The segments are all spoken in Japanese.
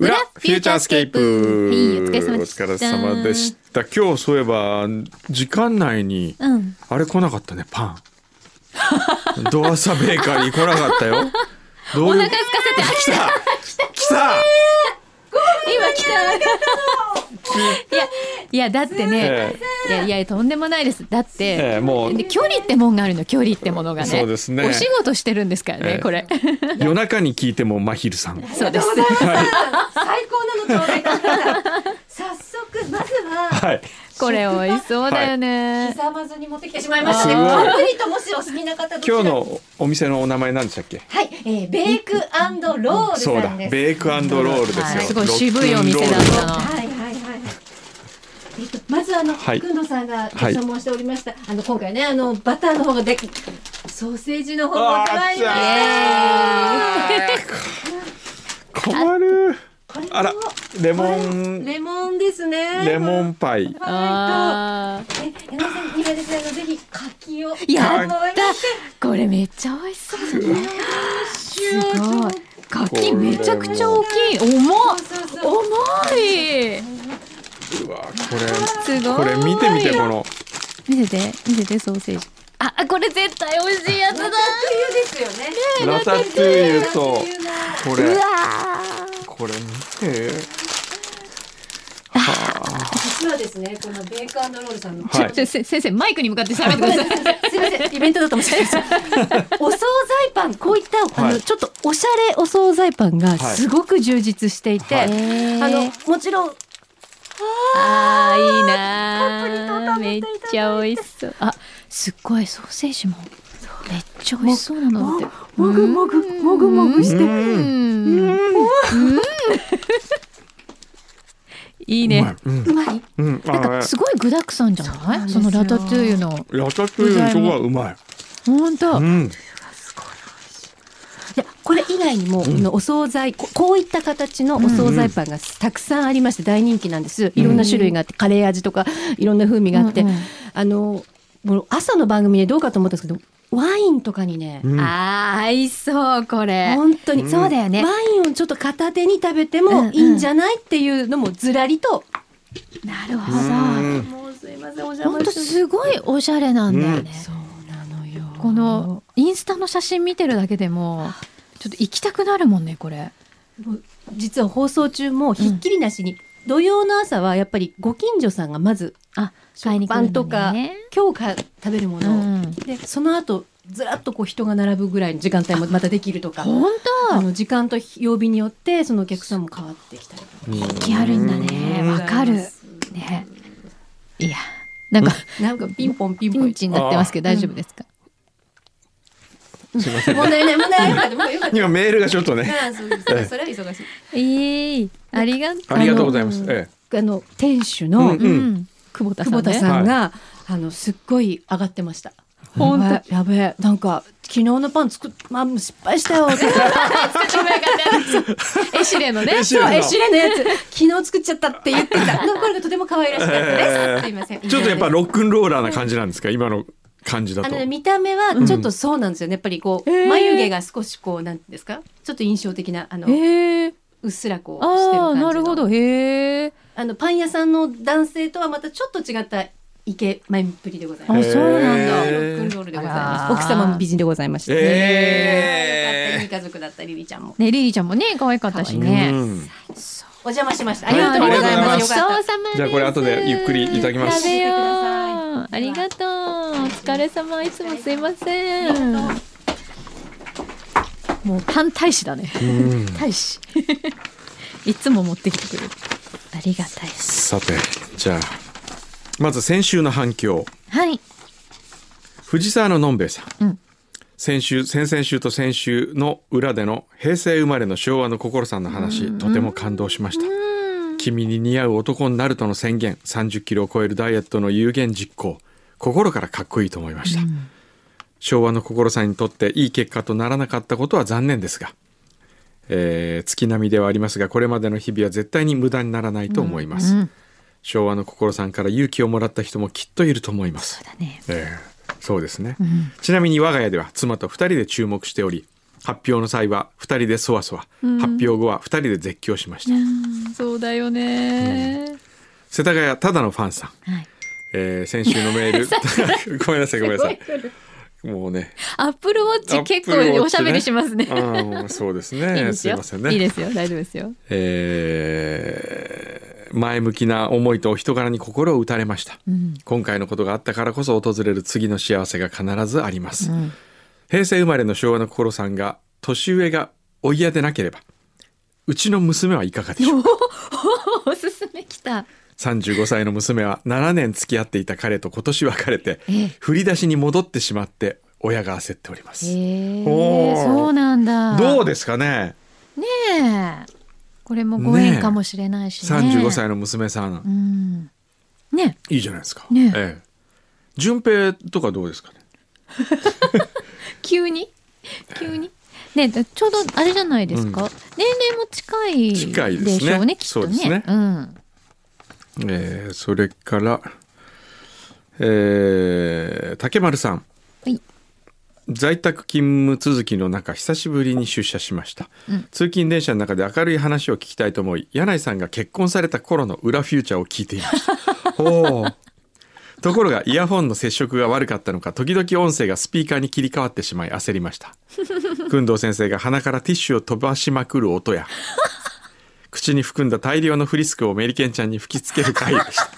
チャースケープ。はいお疲れ様でしたお疲れ様でした。今日そういえば、時間内に、うんあれ来なかったね、パン。 ドアサベーカリー来なかったよ。どおうい腹う空かせて来た来た今来たいやいやだってねえ、いやいやとんでもないですだって、ええもうで距離ってもんがあるの距離ってものがねそうですねお仕事してるんですからね、ええ これ夜中に聞いても真昼さん。そうです最高なのちょうだいだから早速まずははい。これ美味しそうだよね、ひざまずに持ってきてしまいましたねすごいたっぷりともしお好きな方どちら今日かのお店のお名前なんでしたっけはい、えー、ベイクアンドロールそうさだ。んですベイクロールですよ。はいすごい渋いお店だロックンロールったのはいはいはい。えっと、まずあの、はいくんのさんがはい所望しておりました、あの今回ねあのバターの方がでソーセージの方あーが出まいりまし困るたこれとあらレモンレモンですねレモンンパイはあーいとええなさんにはですねあのぜひ柿をやっあのたこれめっちゃ美味しそうだねすごい柿めちゃくちゃ大きい重っそうそうそう重いうわこすごいれこれ見てみてこの見せて見せてソーセージああこれ絶対美味しいやつだラタトゥイユですよねラタトゥイユとこうれわこれ見て実はですねこのベイクアンドロールさんのはいーちょせ 先生マイクに向かって喋ってくださいすいません、イベントだと思ってました。お惣菜パン、こういった、あはの、いちょっとおしゃれお惣菜パンがはいすごく充実していて、はいあの、もちろん、あーいいなたーっぷめりっと食べていちたゃ美味しそうあすっごいソーセージもめっちゃ美味しそうなのってもぐもぐ、もぐもぐしうて、んうんいいうねまいうんうまい。うんあなんのかねすごい具沢山じゃないそそうなのんですよラタトゥイユのラタトゥイユのとこはうまい本当うんいや、これ以外にも、あのお惣菜こ、こういった形のお惣菜パンがたくさんありまして大人気なんです。いろんな種類があって、カレー味とか、いろんな風味があってうんうん、あの、もう朝の番組でどうかと思ったんですけど、ワインとかにね、うんあー合いそうこれ本当に、そうだよねワインをちょっと片手に食べてうんうもんいいんじゃないっていうのもずらりと。なるほうんもうすいません、おど邪本当すごいおしゃれなんだよねそうなのよ。このインスタの写真見てるだけでもちょっと行きたくなるもんねこれ実は放送中もひっきりなしに、土曜の朝はやっぱりご近所さんがまずあ買い食に来るパのねンとか、今日か食べるもうのを、んでその後ずらっとこう人が並ぶぐらいの時間帯もまたできるとか。本あ当の時間と曜日によってそのお客さんも変わってきたりとか気あるんだねわかるねいやなんかなんかピンポンピンピポンンチになってますけど大丈夫ですかすいません問題ない問題ないもうよかった今メールがちょっとねああそうですねそれ は忙しい。えーありがとうありがとうございますあのえあの店主のうんうん久保田さん久保田ねさんが、あのすっごい上がってました。ほんとやべえやべえなんか昨日のパン作っまあ失敗した よ。そうエシレのね。エシレのエシレのやつ昨日作っちゃったって言ってた。のこれがとても可愛らしかったえでーす。すいません。えちょっとやっぱロックンローラーな感じなんですか今の感じだあとのね見た目はちょっとそうなんですよね。やっぱりこう、へー眉毛が少しこうなんていうんですか。ちょっと印象的なあの、へえうっすらこうしてるあ感あじの。なるほど。へえ。あのパン屋さんの男性とはまたちょっと違ったイケ前っぷりでございます。あそうなんだロへッークンロールでございまあらす。奥様も美人でございました。えーよかったいい家族だったりりちゃんも。ねリリーちゃんもね可愛かったしうね。んお邪魔しました。あはいりがとうございあまりす。ごよかちそっうさまです。じゃあこれ後でゆっくりいただきます食べよう食ありがとう。お疲れ様。いつもすいません。もうパン大使だね。 うん大使。いつも持ってきてくれる。ありがたいです。さてじゃあまず先週の反響はい。藤沢ののんべえさん、うん先週先々週と先週の裏での平成生まれの昭和の心さんの話、とても感動しました、君に似合う男になるとの宣言30キロを超えるダイエットの有言実行心からかっこいいと思いました、昭和の心さんにとっていい結果とならなかったことは残念ですが、えー月並みではありますがこれまでの日々は絶対に無駄にならないと思います、昭和の心さんから勇気をもらった人もきっといると思いますそうだね。ええそうですね、ちなみに我が家では妻と2人で注目しており発表の際は2人でそわそわ、発表後は2人で絶叫しました、そうだよね、世田谷ただのファンさん、はいえー先週のメ ールごめんなさいごめんなさいもうねアップルウォッチ結構 Apple Watch ねおしゃべりしますねあーそうですねいいですすいよませんねいいですよ大丈夫ですよえー前向きな思いとお人柄に心を打たれました、今回のことがあったからこそ訪れる次の幸せが必ずあります、平成生まれの昭和の心さんが年上がお嫌でなければうちの娘はいかがでしょうかおすすめきた35歳の娘は7年付き合っていた彼と今年別れてええ振り出しに戻ってしまって親が焦っております、ええおーそうなんだどうねですかねえこれもごね縁えかもしれないしね35歳の娘さん、うんねいいじゃないですか、ねええ、順平とかどうですかねえ急に急にねえだちょうどあれじゃないですか、うん年齢も近い近いですねでしょうねきっそとうですねねうんえーそれから、えー竹丸さん、はい在宅勤務続きの中久しぶりに出社しました、うん通勤電車の中で明るい話を聞きたいと思い柳井さんが結婚された頃の裏フューチャーを聞いていま したおーところがイヤホンの接触が悪かったのか時々音声がスピーカーに切り替わってしまい焦りま した工藤先生が鼻からティッシュを飛ばしまくる音や口に含んだ大量のフリスクをメリケンちゃんに吹きつける回でした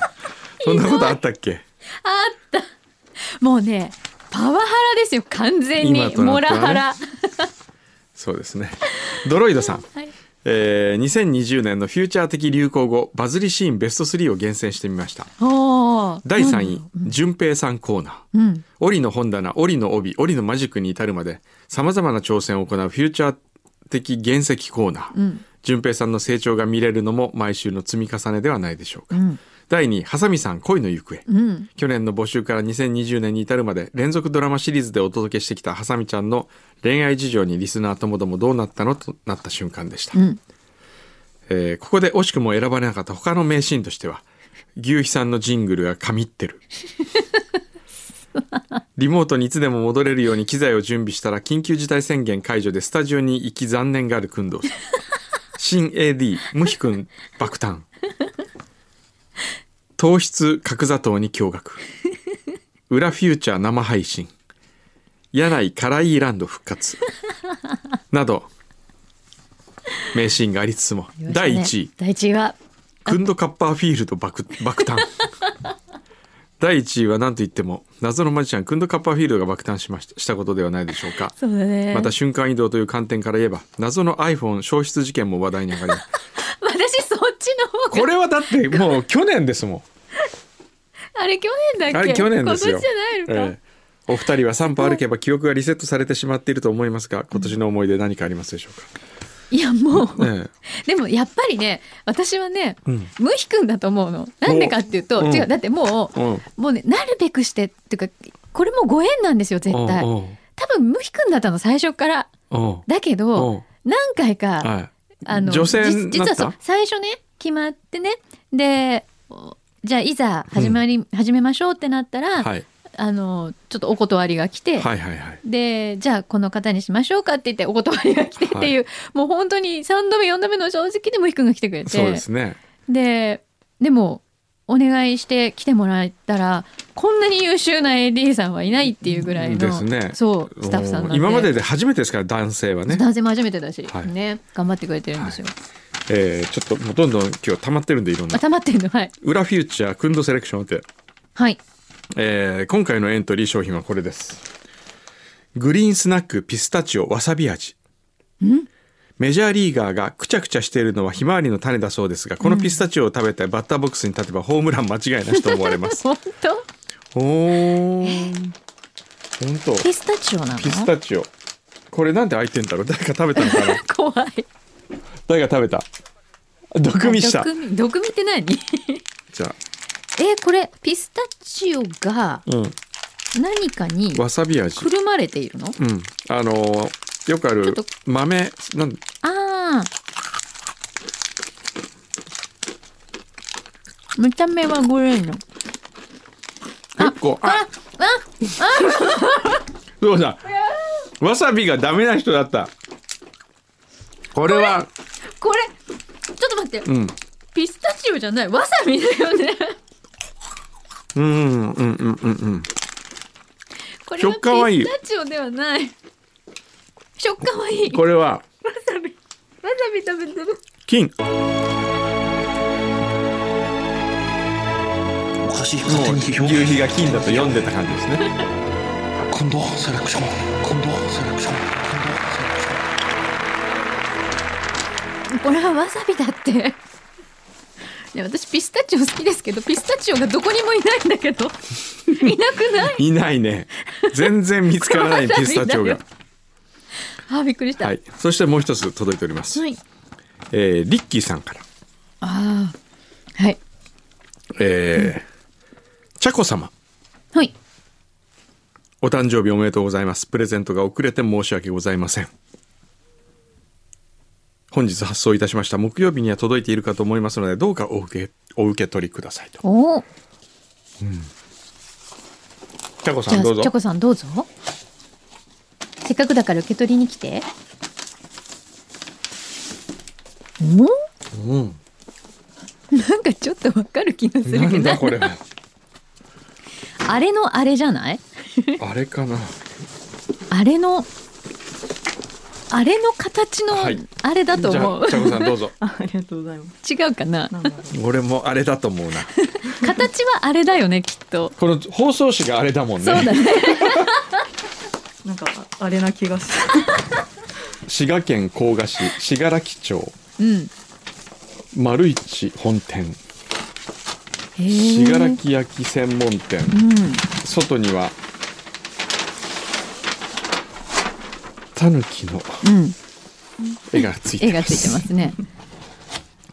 そんなことあったっけもうねパワハラですよ完全今にとなモってはラねハラ、そうですねドロイドさん、はいえー2020年のフューチャー的流行語バズりシーンベスト3を厳選してみましたおー第3位なんだろ順平さんコーナーううん折の本棚折の帯折のマジックに至るまでさまざまな挑戦を行うフューチャー的原石コーナー、うん順平さんの成長が見れるのも毎週の積み重ねではないでしょうか、うん第2位ハサミさん恋の行方、うん去年の募集から2020年に至るまで連続ドラマシリーズでお届けしてきたハサミちゃんの恋愛事情にリスナーともどもどうなったのとなった瞬間でした、うんえーここで惜しくも選ばれなかった他の名シーンとしては牛肥さんのジングルが神ってるリモートにいつでも戻れるように機材を準備したら緊急事態宣言解除でスタジオに行き残念がある工藤さん新 AD ムヒ君爆誕糖質角砂糖に驚愕裏フューチャー生配信柳井辛いランド復活など名シーンがありつつも、よしね第1位第一位はクンドカッパーフィールド爆爆誕第1位は何と言っても謎のマジシャンクンドカッパーフィールドが爆誕しましたしたことではないでしょうかそうだねまた瞬間移動という観点から言えば謎の iPhone 消失事件も話題に上がり私そっちの 方こがれはだってもう去年ですもあれ去年んだ あっけれ去年ですよ今年じゃないのかえ、えお二人は3歩歩けば記憶がリセットされてしまっていると思いますが今年の思い出何かありますでしょういやもう、か、えでもやっぱりね私はね、うんムヒ君だと思うのなんでかっていうと、うん違うだってもう、えもうねなるべくしてっていうかこれもご縁なんですよ絶対うん多うん分ムヒ君だったの最初からうんだけうどん何回か、はいあの女性じにな実ったはそう最初ね決まってねでおじゃあいざ始まり、始めましょうってなったら、はいあのちょっとお断りが来て、はいはいはいでじゃあこの方にしましょうかって言ってお断りが来てっていう、もう本当に3度目4度目の正直でもひくんが来てくれてそうですねででもお願いして来てもらったらこんなに優秀な AD さんはいないっていうぐらいのですねそうスタッフさんなんで今までで初めてですから男性はね、男性も初めてだし、はいね頑張ってくれてるんですよ。えーちょっともうどんどん今日溜まってるんでいろんあな溜まってるのはい「裏フューチャーくんどセレクション」って、はいえー今回のエントリー商品はこれですグリーンスナックピスタチオわさび味メジャーリーガーがくちゃくちゃしているのはひまわりの種だそうですがこのピスタチオを食べてバッターボックスに立てばホームラン間違いなしと思われま す本当おー本当ピスタチオなのピスタチオこれなんで開いてんだろう誰か食べたのかな怖い誰が食べた毒味した毒味毒味って 何じゃえこれピスタチオがあ、うん、何かにわさび味く。るまれているのうん、あのーよくあるちょっと豆なんああ。見た目はグレーの。結構あ あ、そうだわさびがダメな人だったこれはこれちょっと待ってうんピスタチオじゃないわさびだよねうんうんうんうんうんこ れは食感はいいピスタチオではない食感はいいわこれはさびわさび食べてる金おかしいも勝手うに夕日が金だと読んでた感じですね今度セレクション今度セレクション今度セレクションこれはわさびだっていや私ピスタチオ好きですけどピスタチオがどこにもいないんだ けどいなくないいないね全然見つからないこれピわスさびだタよチオがあびっくりした、はいそしてもう一つ届いております、はいえーリッキーさんからああはいえー、茶子様はいお誕生日おめでとうございます。プレゼントが遅れて申し訳ございません。本日発送いたしました木曜日には届いているかと思いますので、どうかお受け、お受け取りくださいと。おおタコじさゃあんチどうぞョ。コさんどうぞせっかくだから受け取りに来ておうん。なんかちょっとわかる気がするなけんだ どこれは。あれのあれじゃないあれかな。あれのあれの形のはいあれだとじゃ思う、あ、タコさんどうぞ。ありがとうございます。違うかななんだろう。俺もあれだと思うな。形はあれだよねきっとこの放送紙があれだもんね。そうだねなんかあれな気がす滋賀県甲賀市、信楽町、うん丸市本店、へえ信楽焼き専門店。うん外にはタヌキのうん絵がついて絵まがつす。いてますね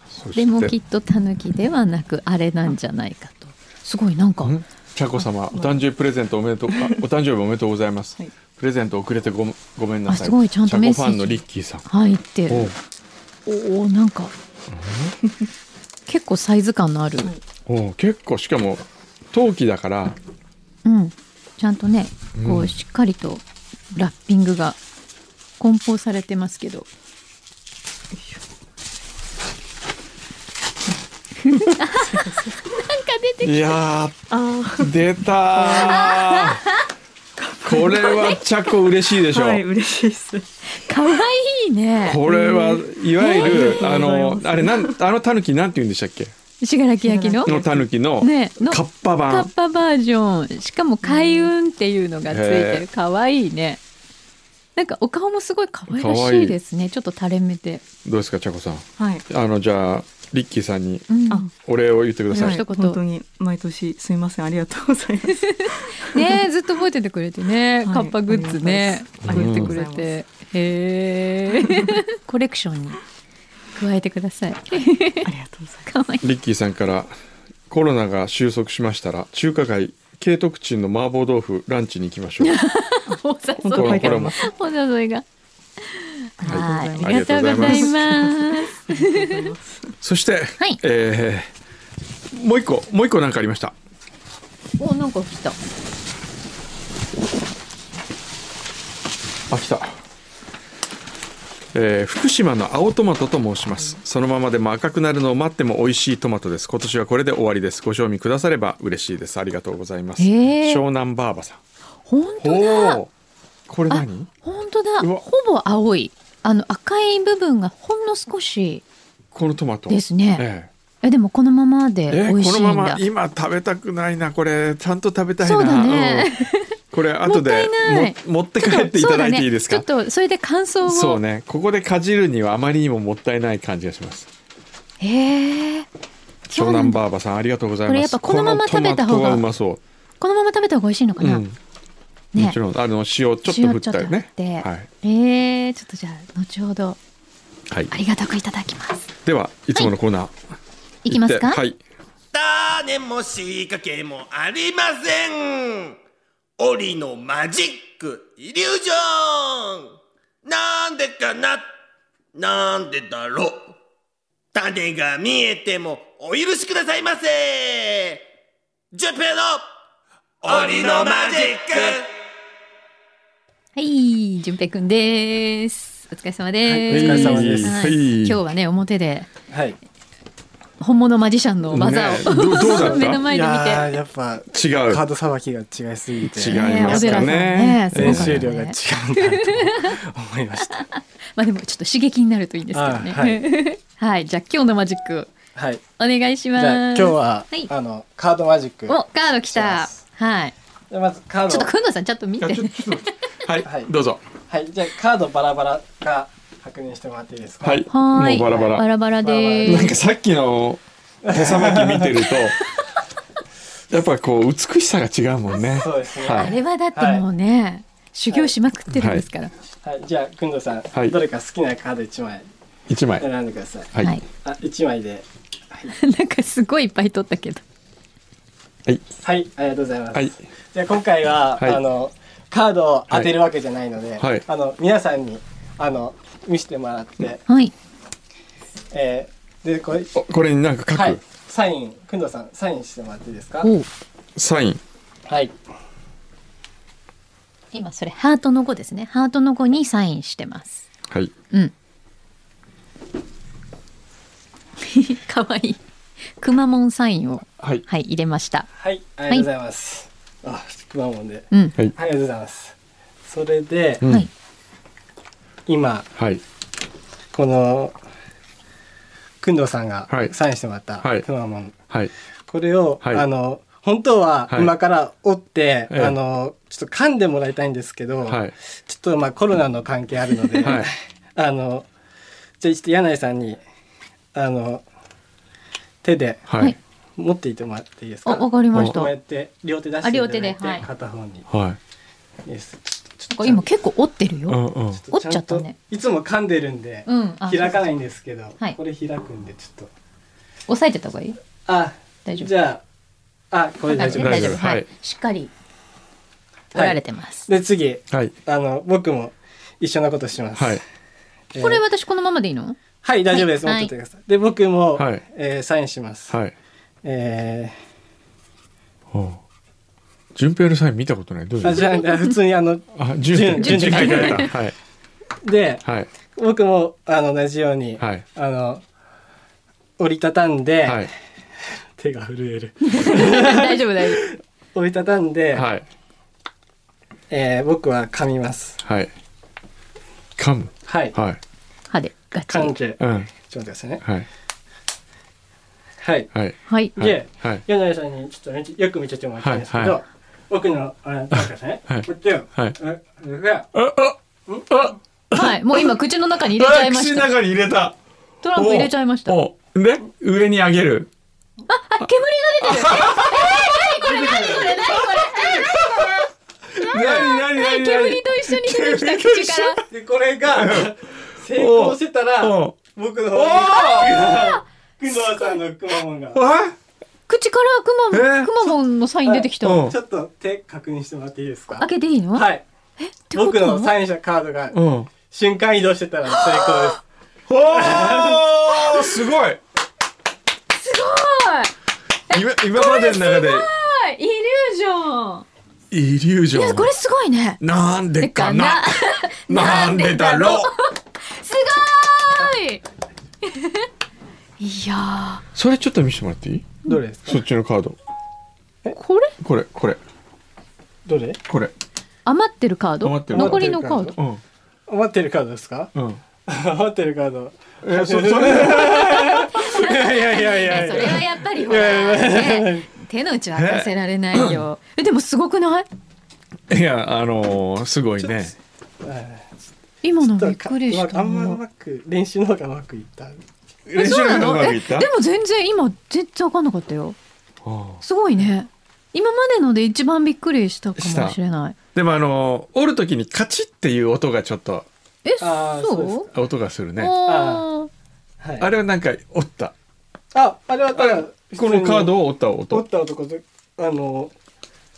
そしてでもきっとタヌキではなくあれなんじゃないかとすごいなんかん茶子様、お誕生日プレゼントおめでとう、あお誕生日おめでとうございます。はいプレゼント遅れてごめごめんなさい。あすごいちゃんとメッセ茶子フージァンのリッキーさん。入っておうるおおなんか 結構サイズ感のある、おう結構しかも陶器だからうん、ちゃんとねこううんしっかりとラッピングが梱包されてますけど、なんか出てきいやあー出た ーこれは茶子嬉しいでしあ、ょう。はい、嬉しいです。たかわいいねこれはいわゆる、えーあありがとうございまのすあれなんあのタヌキなんて言うんでしたっけ？信楽焼ののタヌキのねのカッパカ版ッパバージョンしかも開運っていうのがついてへえるかわいいねなんかお顔もすごい可愛らしいですねちょっと垂れ目で、どうですか茶子さんはい。あのじゃあリッキーさんにうんあお礼を言ってくださ、はいい、一言本当に毎年すいませんありがとうござい ます。ねえずっと覚えててくれてね、はいカッパグッズねありがと送ってうごくざれいますてへえ コレクションに加えてくださいありがとうございます。 可愛いリッキーさんからコロナが収束しましたら中華街慶徳鎮の麻婆豆腐ランチに行きましょうお誘本い当に書いてありもまうす。お誘いがありがとうございますはありがとうございますありがとうございます。そして、はいえーもう一個もう一個なんかありましたおなんか来たあ来た、えー福島の青トマトと申しますそのままでも赤くなるのを待っても美味しいトマトです今年はこれで終わりですご賞味くだされば嬉しいですありがとうございますへー湘南ばあばさん本当だおーこれ何本当だうわほぼ青いあの赤い部分がほんの少しこのトマトですえねえでもこのままえでえ美こ味しいのんまだ、ま今食べたくないなこれちゃんと食べたいなそうだねうんこ れ後でもったいないも持って帰っていただいていいですかそうだねちょっとそれで感想をそうねここでかじるにはあまりにももったいない感じがしますへえ湘南ばあばさんありがとうございますこれやっぱこのまま食べたこのトマ方がトはうまそこのまま食べた方が美味しいのかう、うな、んねもちろんあの塩ちょっと振ったよね塩ちょっと振ってはい、えー、ちょっとじゃあ後ほどはいあ、りがたくいただきますではいつものコーナー、いきますかってはい種も仕掛けもありません檻のマジックイリュージョンなんでかななんでだろう種が見えてもお許しくださいませジュンペイの檻のマジックはい、淳平くんです。お疲れ様でおす。疲れ様ですははいい。今日はね表ではい本物マジシャンの技ねどどうだっを目のた前いで見て。やーやっぱ違うカードさばきが違いすぎて違うねいま小す寺かさねんね。すごか練ったね習量が違うんだと思いましたまあでもちょっと刺激になるといいんですけどね。あは はい。じゃあ今日のマジック はいお願いしじます。ゃあ今日は、はいあのカードマジックおカード来た。はい。じゃあまずカーちょっドとくんのさんちゃんと見てね。はい はいどうぞ。はいじゃあカードバラバラが確認してもらっていいですかはい。はーいもうバラババラ。ラバラでなんーかさっきの手さばき見てると、 やっぱこう美しさが違うもんね。そうですねはあいれはだってもうね、修行しまくってるんですから。はいじゃあくんどさん、はいどれか好きなカード一枚一枚。選んでくださいはい。ははいい。あ一枚でなんかすごいいっ ぱい取ったけど。はいありがとうございます、はい。じゃあ今回は、はいあのカードを当てるわけじゃないので、はいあの皆さんにあの見せてもらって、はい。えーでこれおこれになんかは書いくサインくんどさんサインしてもらっていいですかおうサイン。はい今それハートの語ですね。ハートの語にサインしてます。はい。うん。 かわいい。くまモンサインを、はい。はい、入れました。はいありがとうございます、あくまモンで、はいうはん。い。ありがとうございますそれで、うんはい。今はい。このくんどさんがはいサインしてもらったはいくまモンはい。これを、はいあの本当ははい今から折って、ええあのちょっと噛んでもらいたいんですけど、はい。ちょっとまあコロナの関係あるの で、はい あのじゃあちょっと柳井さんにあの手ではい。持っていてもらっていいですお、か。わかりましこうやたっ。て両手出していただいあ両て手ではい片方に、はい。いいですちょっこれ今結構折ってるうよ。んうん。と折っちゃったねんといつも噛んでるんで、うん。あ、開かないんですけど、はいこれ開くんでちょっと押さえてた方がいいあ大丈夫。じゃああこれ大丈夫大丈夫ですははいい。しっかり折られてます。で次はい。あの僕も一緒なことします。はい。えーこれ私このままでいいのはい大丈夫です、はい持っててください。で僕も、はいえーサインします。はい。えおう順平のサイン見たことない。どうー、いあうじゃあ普通にあのあ、順順順順順書いてあった。はい。ではい。僕もあの同じように、はいあの折りたたんで、はい。手が震える大丈夫大丈折りたたんで、はい。えー僕は噛みます。はい。噛む。はい、はい。夫。歯でガチ噛んリ。で、うん。ちょっと待ってくださいね。はい。はい。はい。はい。はいで、はい柳井さんにちょっとめちよく見ててもらいたいんですけど、はい僕のあのなんかね、はいこっちを、はいああはい。もう今口の中に入れちゃい ました。に入れた。トランプ入れちゃいました。あ、おうで、上に上げる。煙が出てる。え、え、なにこれ、なにこなになになれ、なにこれ、煙と一緒に出てきた口から。でこれが成功してたら。おう僕の方に工藤さんのくまモンが口からくま、えくまモンのサイン出てきた。おうちょっと手確認してもらっていいですか開けていいの。はいてこと僕のサインしたカードがおう瞬間移動してたら成功ですおーすごいすごい。今今までの中で、はい、イリュージョン。イリュージいや、ョこン。れすごいね。なんでかななんでだろうすごーい。いやそれちょっと見せてもらっていいどれですかそっちのカード。ー、これこれ、これ、どれこれ。余ってるカード。余ってるカード残りのカード。うん。余ってるカードですかうん。余ってるカードえ、そ、それ、いやいやいやいやいそやれはやっぱりほら、ね、手の内は明かせられないよ。え、でもすごくないいや、あのー、すごいね。今のびっくりしたあんまうな。まく練習の方がうまくいった練そうなの方のがうまくえいったでも全然今全然わかんなかったよ。ああすごいね。今までので一番びっくりしたかもしれない。でもあのー折るときにカチッっていう音がちょっとえ、あーそうですそう音がするねあーはいあれはなんか折ったああれはただここのカードを折った音折った男とあの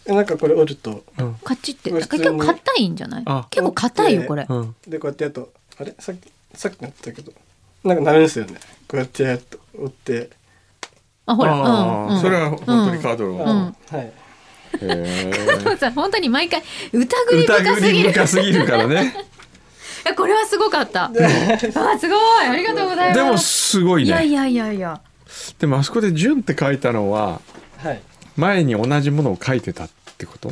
なんかこれ折るとうんカチってこれ結普通に構硬いんじゃないあ結構硬いよこれうんでこうやってやるとあれさっきさっきなったけどなんかなるんですよねこうやってやると折ってあほらあうーんうんそれは本当にカードあののうんはいへ さ本当に毎回疑ーり深疑すぎりる深すぎるからねやこれはすごか った。あーすごいありがとう ございます。でもすごいいやいねやいやいや。でもあそこで「純」って書いたのははい前に同じものを書いてたってこと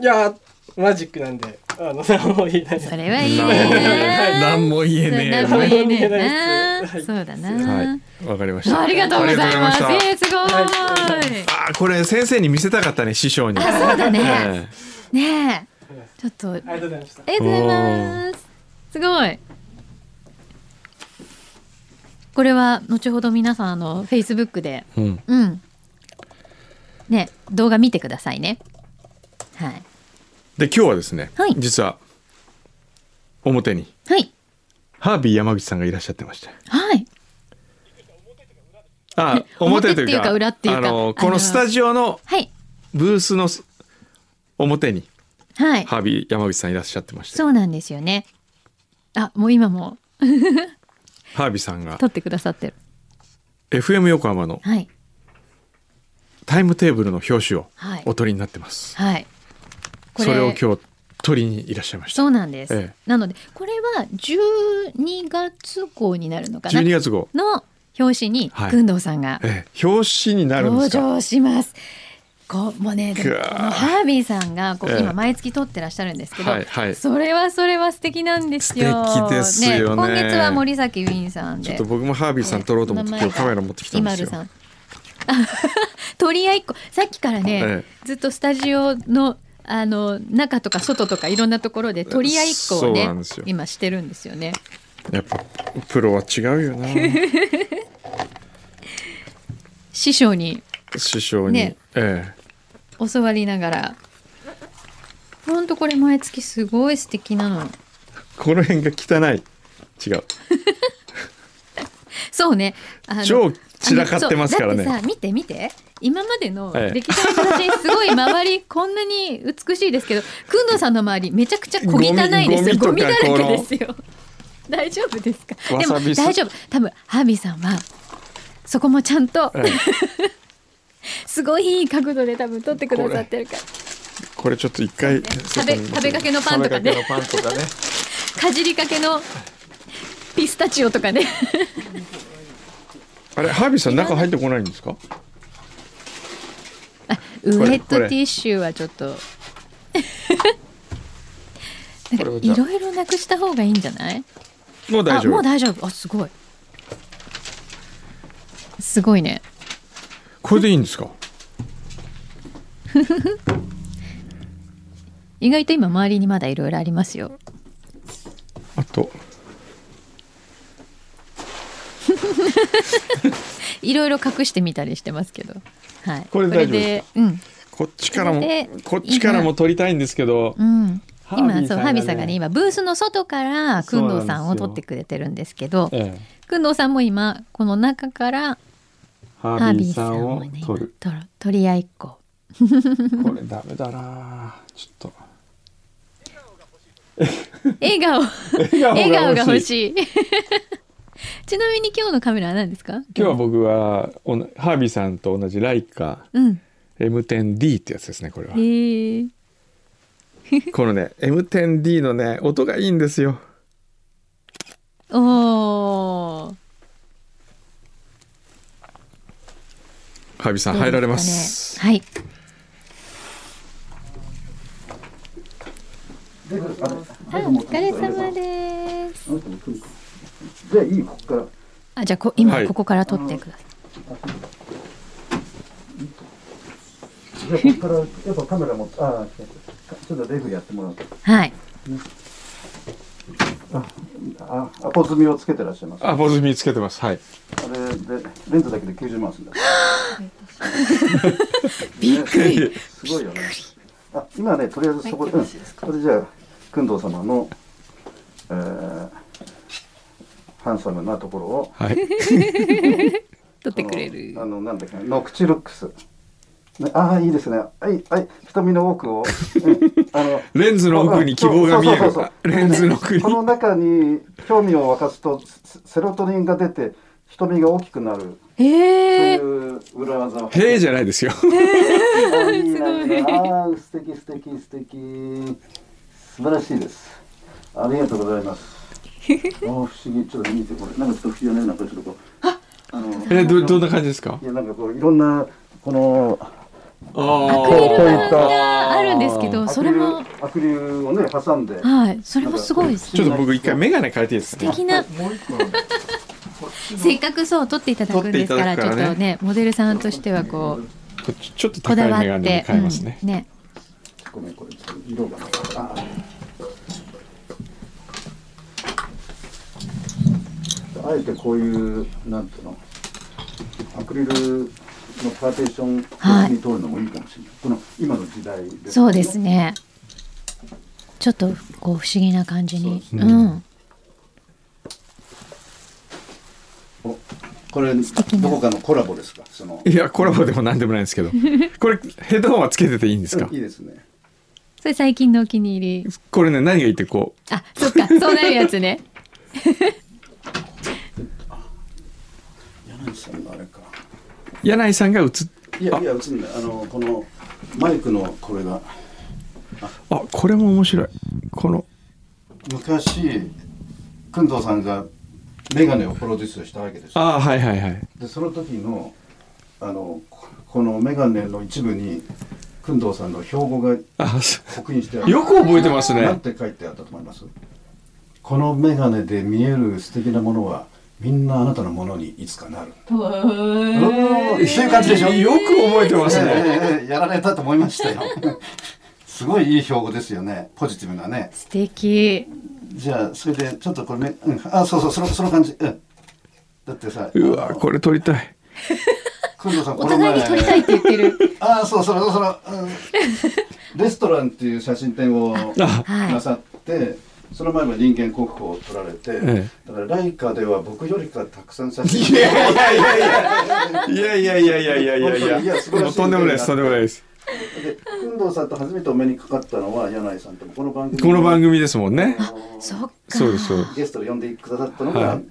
いやーマジックなんであの何も言えないですそれ はいいね。何も言えそうねえよ何もね言えねえ何も言えないな。ですそうだはな。いわかりましたありがとうございまありす。がとうございましたえーすごい。あーこれ先生に見せたかったね師匠にあそうだね。えねえ。ちょっとありありがとうございましたがとうございます。すごい。これは後ほど皆さんあのフェイスブックでえうんうん。ね、動画見てくださいね。はい。で今日はですね、はい実は表にはい。ハービー山口さんがいらっしゃってましたはい。あー表表っとていうかいうか裏っていうかあのあこののスタジオのはい。ブースのす表にはい。ハービー山口さんいらっしゃってましたそうなんですよね。あ、もう今もハービーさんが撮ってくださってる。 FM 横浜のはい。タイムテーブルの表紙をはいお取りになってます、はい。こそれを日。今日取りにいらっしゃいましたそうなんです。えなので、これは12月号になるのかな12月号、の表紙に、はい群藤さんがええ、表紙になるんで登すか場します。こうもうね、でもぐわーこのハービーさんがこうええ今毎月撮ってらっしゃるんですけど、はいはいそれはそれは素敵なんですよ。素敵ですよね今月は森崎ウィンさんちょっでと、僕もハービーさん撮ろうと思ってお名今前日カメラ持ってきたんですよイマルさん。 鳥屋一個さっきからね、えずっとスタジオのあの中とか外とかいろんなところで鳥屋一個をそうねなんですよ今してるんですよね。やっぱプロは違うよ な師匠に師匠に、ねええ教わりながら。ほんとこれ毎月すごい素敵なの。この辺が汚い違うそうね。あの超散らかってますからねあのそうだってさ、見て見て。今までのええ歴代の写真すごい周りこんなに美しいですけど、くんどさんの周りめちゃくちゃ小汚いですよ。ゴゴミミだゴらミとかけですよ。 大丈夫ですか。わでもさびす大丈夫。多分ハービーさんはそこもちゃんと、ええ すごいいい角度で多分撮ってくださってるから。これちょっと一回食べ食べかけのパンとかね食べかけのパンとかね かじりかけのピスタチオとかね。あれハービーさん中入ってこないんですかウれエットティッシュはちょ っとなんかいろいろなくした方がいいんじゃないもう大あ丈もう夫大丈夫あすごいすごいねこれでいいんですか意外と今周りにまだいろいろありますよあといろいろ隠してみたりしてますけどはいこれで大丈夫これでうんこっちからもそれでこっちからも撮りたいんですけどうんハービーさんがね今そうハービーさんがね今ブースの外からくんどうさんを撮ってくれてるんですけどええくんどうさんも今この中からハーハービビーーささんんををね撮今る撮る取り合いっここれダメだなちょっと笑顔笑笑顔が欲いしい ちなみに今日のカメラは何ですか今日は僕はおなハービーさんと同じライカうん、 M10D ってやつですねこれはえー、このね M10D のね音がいいんですよおーハービーさんどうですかね入られますはいあお疲れ様ですあじゃあこ今はいここから撮ってください、じゃあここからやっぱカメラ持ってああちょっとレフやってもらうはいあアポ積みをつけてらっしゃいますああポズミつけてますはいれでレンズだけで90万するんだびっくりすごいよねあ今ねとりあえずそこで、うん、それじゃあ工藤様の、えー、ハンサムなところをはい撮ってくれるあのあのなんだっけノクチルックスね、ああいいですね。はいはい瞳の奥を、うんあのレンズの奥に希望が見えるそうそうそうそうレンズの奥にこの中に興味を沸かすとセセロトニンが出て瞳が大きくなるとえいー、う裏技をへえじゃない ですよあいいなあー素敵素敵素敵素晴らしいですありがとうござい ます。あー不思議、ちょっと見て、これ、なんかちょっと不思議なね、なんかちょっとこう。あの、いえどどんな感じですかや、なんかこう、いろんな、この、あアクリルこうい板ったがあるんですけど、アそクれリルも、、アクリルをね、挟んで。はい、それもすごいですちょっね。と僕一回メガネ変えていいですか素敵な、もう一個はねせっかくそう、撮っていただくんですから、撮っていただちょっくからねとね、モデルさんとしてはこう、こっちちょっとこ高だいわメガネっにて、変えますねう、んね。ごめん、これ、ちょっと色がなかった。あああえてこういう、なんていうの。アクリルのパーテーションはいに通るのもいいかもしれない。この、今の時代です、そうです。ね。ちょっとこう不思議な感じに、うん、これ、どこかのコラボですか、その。いやコラボでも何でもないんですけどこれヘッドホンはつけてていいんですかいいですね。それ最近のお気に入り。これね何がいいってこうあ、そっか、そうなるやつね。 柳さんのあれか。柳井さんが映っいやいや、映んない。あの、このマイクのこれが。あこれも面白いこの昔、工藤さんがメガネをプロデュースしたわけです。ああはいはいはいで、その時の、あの、ここのメガネの一部に、工藤さんの標語があそ刻印してある。よく覚えてますなんねて書いてあったと思いますこのメガネで見える素敵なものは、みんなあなたのものにいつかなる。おーっていう感じでしょよく覚えてますねええやられたと思いましたよ すごいいい標語ですよねポジティブなね素敵。じゃあそれでちょっとこれね、うん、あそうそうそのその感じ、うん、だってさうわこれ撮りたい工藤さんお互いに撮りたいって言ってる。ああそうそれその、うん、 レストランっていう写真展をあなさってその前も人間国宝を撮られて、えだからライカでは僕よりかたくさん写 真いやいやいやいやいやいやいやいやいやいやいや素晴らしいとんでもないですとんでもないですで工藤さんと初めてお目にかかったのは柳井さんともこの番組この番組ですもんねそっか。そうですそうですゲストで呼んでくださったのが、はいあの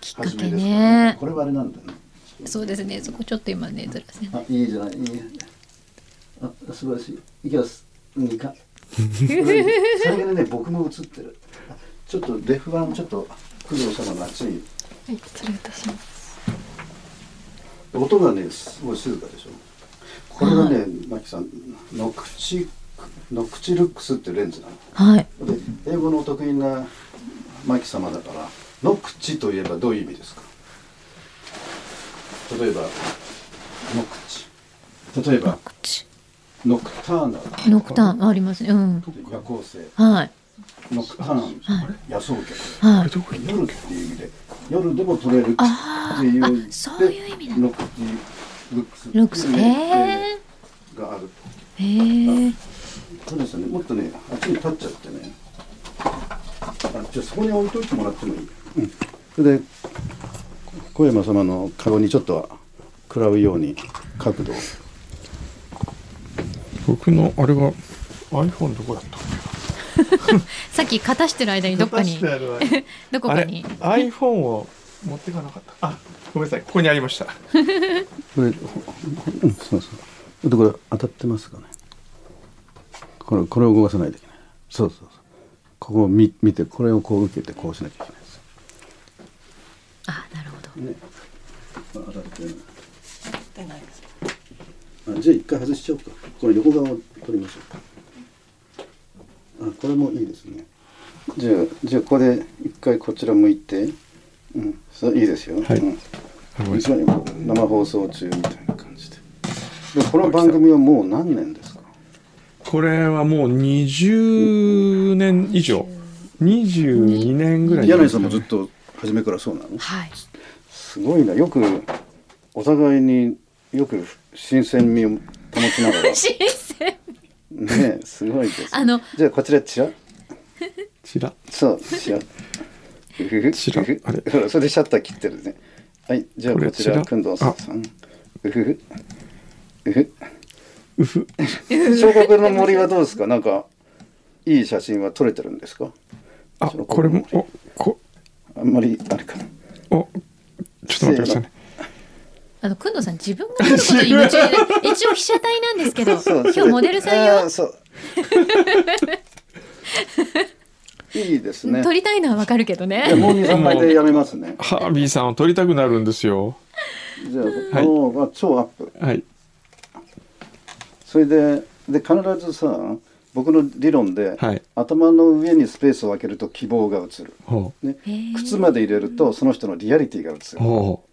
きっかけね初めですからこれはあれなんだねそうですね。そこちょっと今ねずらせ。あいいじゃないいいあ素晴らしいいきます2回最後にね僕も映ってるあちょっとデフ版ちょっと工藤様の熱いはい、失礼いたします。音がねすごい静かでしょこれがねマキさんの口の口ルックスっていうレンズなのはい。で英語のお得意なマキ様だから「ノクチ」といえばどういう意味ですか例えば「ノクチ」例えば口「ノクターナル」ノクターンありますね。うん。夜行性はい。 「ノクターン」夜走曲はい。夜っていう意味で夜でも取れるっていうあそういう意味なんだノクチルックスルックス。ねええーがあるえ。ええ。そうですよねもっとねあっちに立っちゃってねあじゃあそこに置いといてもらってもいいうんそれで小山様の顔にちょっと食らうように角度を僕のあれが iPhone どこだったさっき片してる間にどっかに出してあるわ どこあかれに。 iPhone を持ってかなかったあごめんなさいここにありましたそれほほうんそうそうでこれ当たってますかねこれこれを動かさないといけないそうそうそうここを見見てこれをこう受けてこうしなきゃいけないですあ、なるほど。当たってないあじゃあ一回外しちゃおうかこれ横側を取りましょうかあこれもいいですねじゃあじゃあここで一回こちら向いてうんそういいですよはいうんごめんな非さい常にこう生放送中みたいな感じででこの番組はもう何年ですかこれはもう20年以上22年ぐらい柳井さんもずっと初めからそうなのはい。すごいなよくお互いによく新鮮味を保ちな がら新鮮。ねすごいですあのじゃあこちらチラちらそうチラうふふチラうふふあれほらそれでシャッター切ってるねはいじゃあこれこちらチラくんどうさんあうふふうふう ふ彫刻の森はどうですかなんかいい写真は撮れてるんですかあこれもおこあんまりあれかなおちょっと待ってくださいねあの、くんどうさん自分が撮ることに夢中で、一応被写体なんですけど、そう 今日モデルさんあーよ。そういいですね。取りたいのはわかるけどいやね。もう二三回でやめますね。ハービーさんを撮りたくなるんですよ。じゃあ、はいもうあ超アップ。はい。それでで必ずさ僕の理論で、はい頭の上にスペースを空けると希望が映る。ほねー、靴まで入れるとその人のリアリティが映う。るほ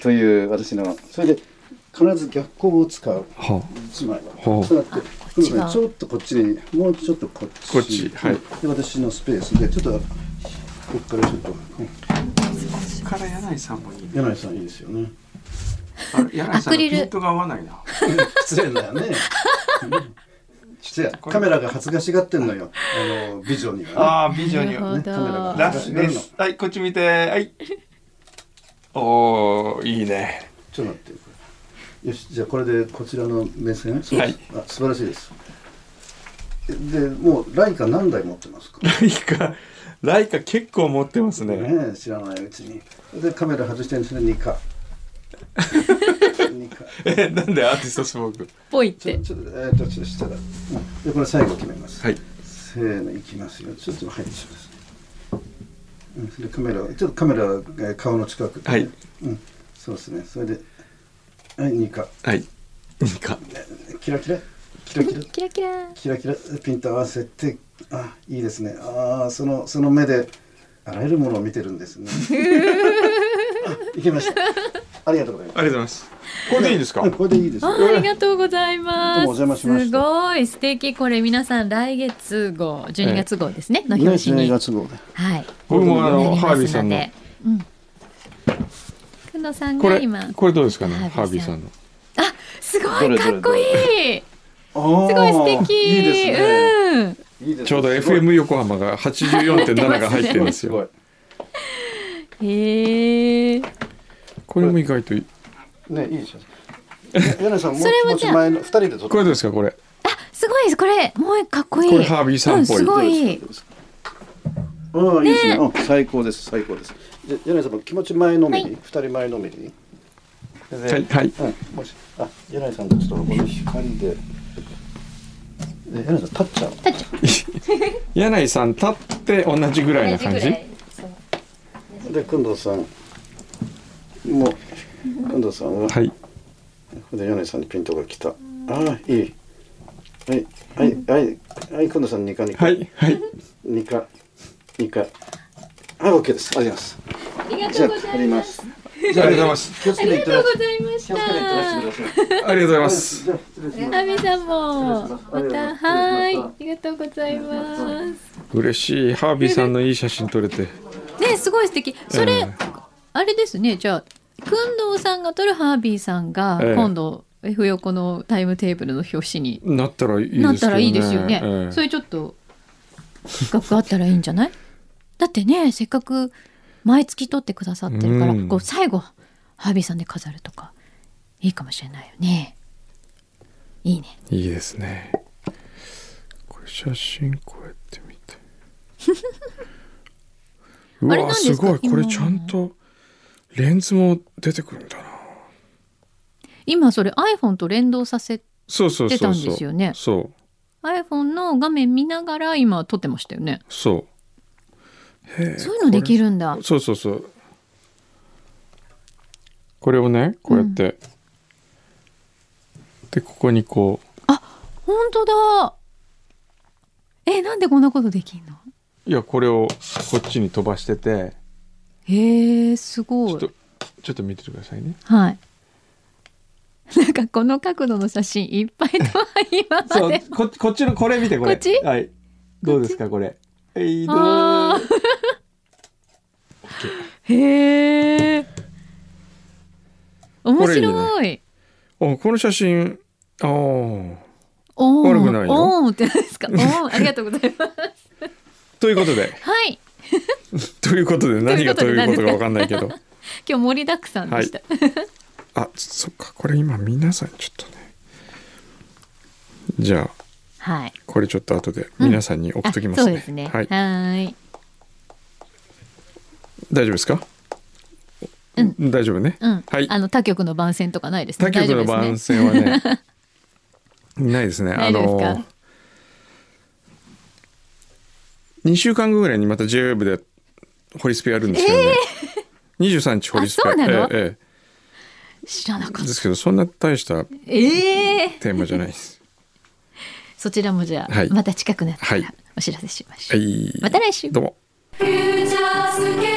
という私のそれで必ず逆光を使うう。ほつまりほうはそうやってっちがちょっとこっちにもうちょっとこっちこっちはいで私のスペースでちょっとここからちょっと、ね、う。から柳井さんもいい。柳井さんいいですよねあれ柳井さんのピントが合わないな。失礼だ よね失礼カメラが恥ずかしがってんのよあの美女にあは、あ、美女なにるほは。ね、カメラがど。ラッシュです。はい、こっち見て。はい。おー、いいね。ちょっと待ってこれよしじゃあこれでこちらの目線そうです、あ素晴らしいですでもうライカ何台持ってますかねライカ、ライカ結構持ってますね。え知らないうちにでカメラ外してるんですね2か 二かえ、なんでアーティストスモーク。ぽいっちてょ。ちょっとえー、とちょっとしたら、うんでこれ最後決めますはいせーのいきますよちょっとはいしますうんそれでカメラちょっとカメラが顔の近くで、はいうんそうですねそれではい2かはい。いいか。キラキラキラキラキラキラ。キラキラピント合わせてあいいですねあーそのその目であらゆるものを見てるんですねあいけましたありがとうございますありがとうございます。これでいいんですかうん。これでいいですあよありがとうございます。どうもお邪魔しましたすごい素敵これ皆さん来月号12月号ですね、の表紙に、月号ではい。僕もあのハービーさんなのりますので。うん。くのさんこがれ今。あこれどうですかね。ハハーービビーーささんの。すごどれどいれかっこいい。すごすごい素敵。いいですね、うん。いいですねちょうどすごい FM 横浜が84.7が入ってるんですすよ。ごいへえ。これも意外といい。ねいいでしょ柳井さんもうそれはもうじちょゃあい前の二人で撮っこれどうですかこれ。すごいですこれもうかっこいい。これハービーさんっぽいうんすごい。てうんいいですね、うん最高です最高ですじゃ柳井さんも気持ち前のめりに二、人前のめりにはいはい。うん、もし、あ、柳井さん、ちょっとこの光で。え、柳井さん、立っちゃう。柳井さん立って同じぐらいな感じ。で、工藤さん。もう。工藤さんは、はい。で、柳井さんにピントが来た。あー、いい。はい、はい、はい、はい、工藤さん、ニカニカ。はい、はい。ニカ。ニカ。はい、オッケーです。ありがとうありがござというまごす。ざじゃあ、あいりま。ますす。ありがとうございます。気をつあけりていっがてとらうっしゃございまし気をつけていった。てらっしゃい。はいありがとうございます。じゃあ、失礼します。ハービーさんもまありがとうございたますはいありがとうございます。嬉しい。ハービーさんのいい写真撮れて。ねすごい素敵。それ、えあれですねじゃあ工藤さんが撮るハービーさんがええ今度 F 横のタイムテーブルの表紙にえなったらいいですけどね。なったらいいですよね。ええそれちょっと企画あったらいいんじゃない？ だってねせっかく毎月撮ってくださってるから、うんこう最後ハービーさんで飾るとかいいかもしれないよね。いいね。いいですね。これ写真こうやって見 て。うあれなんわですすかごい今これちゃんとレンズも出てくるんだな。今それ iPhone と連動させそうそうそうそう。出たんですよねそう iPhone の画面見ながら今撮ってましたよね。そう。へえそういうのできるんだこれ。そうそうそう。これをねこうやって、でここにこ本当だ。えなんでこんなことできんの？ういやこれをこっちに飛ばしててへえすちょごっいと。ちょっと見ててくださいね。 はい。なんかこの角度の写真いっぱいとは今そまうで。、ここっちのこれ見て、これ。こっちはい。どうですか、これ。はい、どうあーへえ。面白い。おこの写真ああ。おー悪くないよおーって何 ですか。おーありがとうございます。ということではい。ということで何がとといいううここととかで分かんないけど今日盛りだくさんでした。あそっかこれ今皆さんちょっとねじゃあはい。これちょっと後で皆さんに送あっときまそすうね,、ですね。ははいい。はい。大丈夫ですか、うん、大丈夫ね、うん。はいあの他局の番宣とかないですね。他局の番宣はね ないですねあ大丈夫ですかの2週間後ぐらいにまた JWEB でホリスペやるんですけどね、23日ホリスペあそうなのえええ知らなかえでったすけどそんな大したええテーマじゃないです そちらもじゃあ、はいまた近くなったはらいお知らせしましょはう、いまた来週どうもフューチャースケ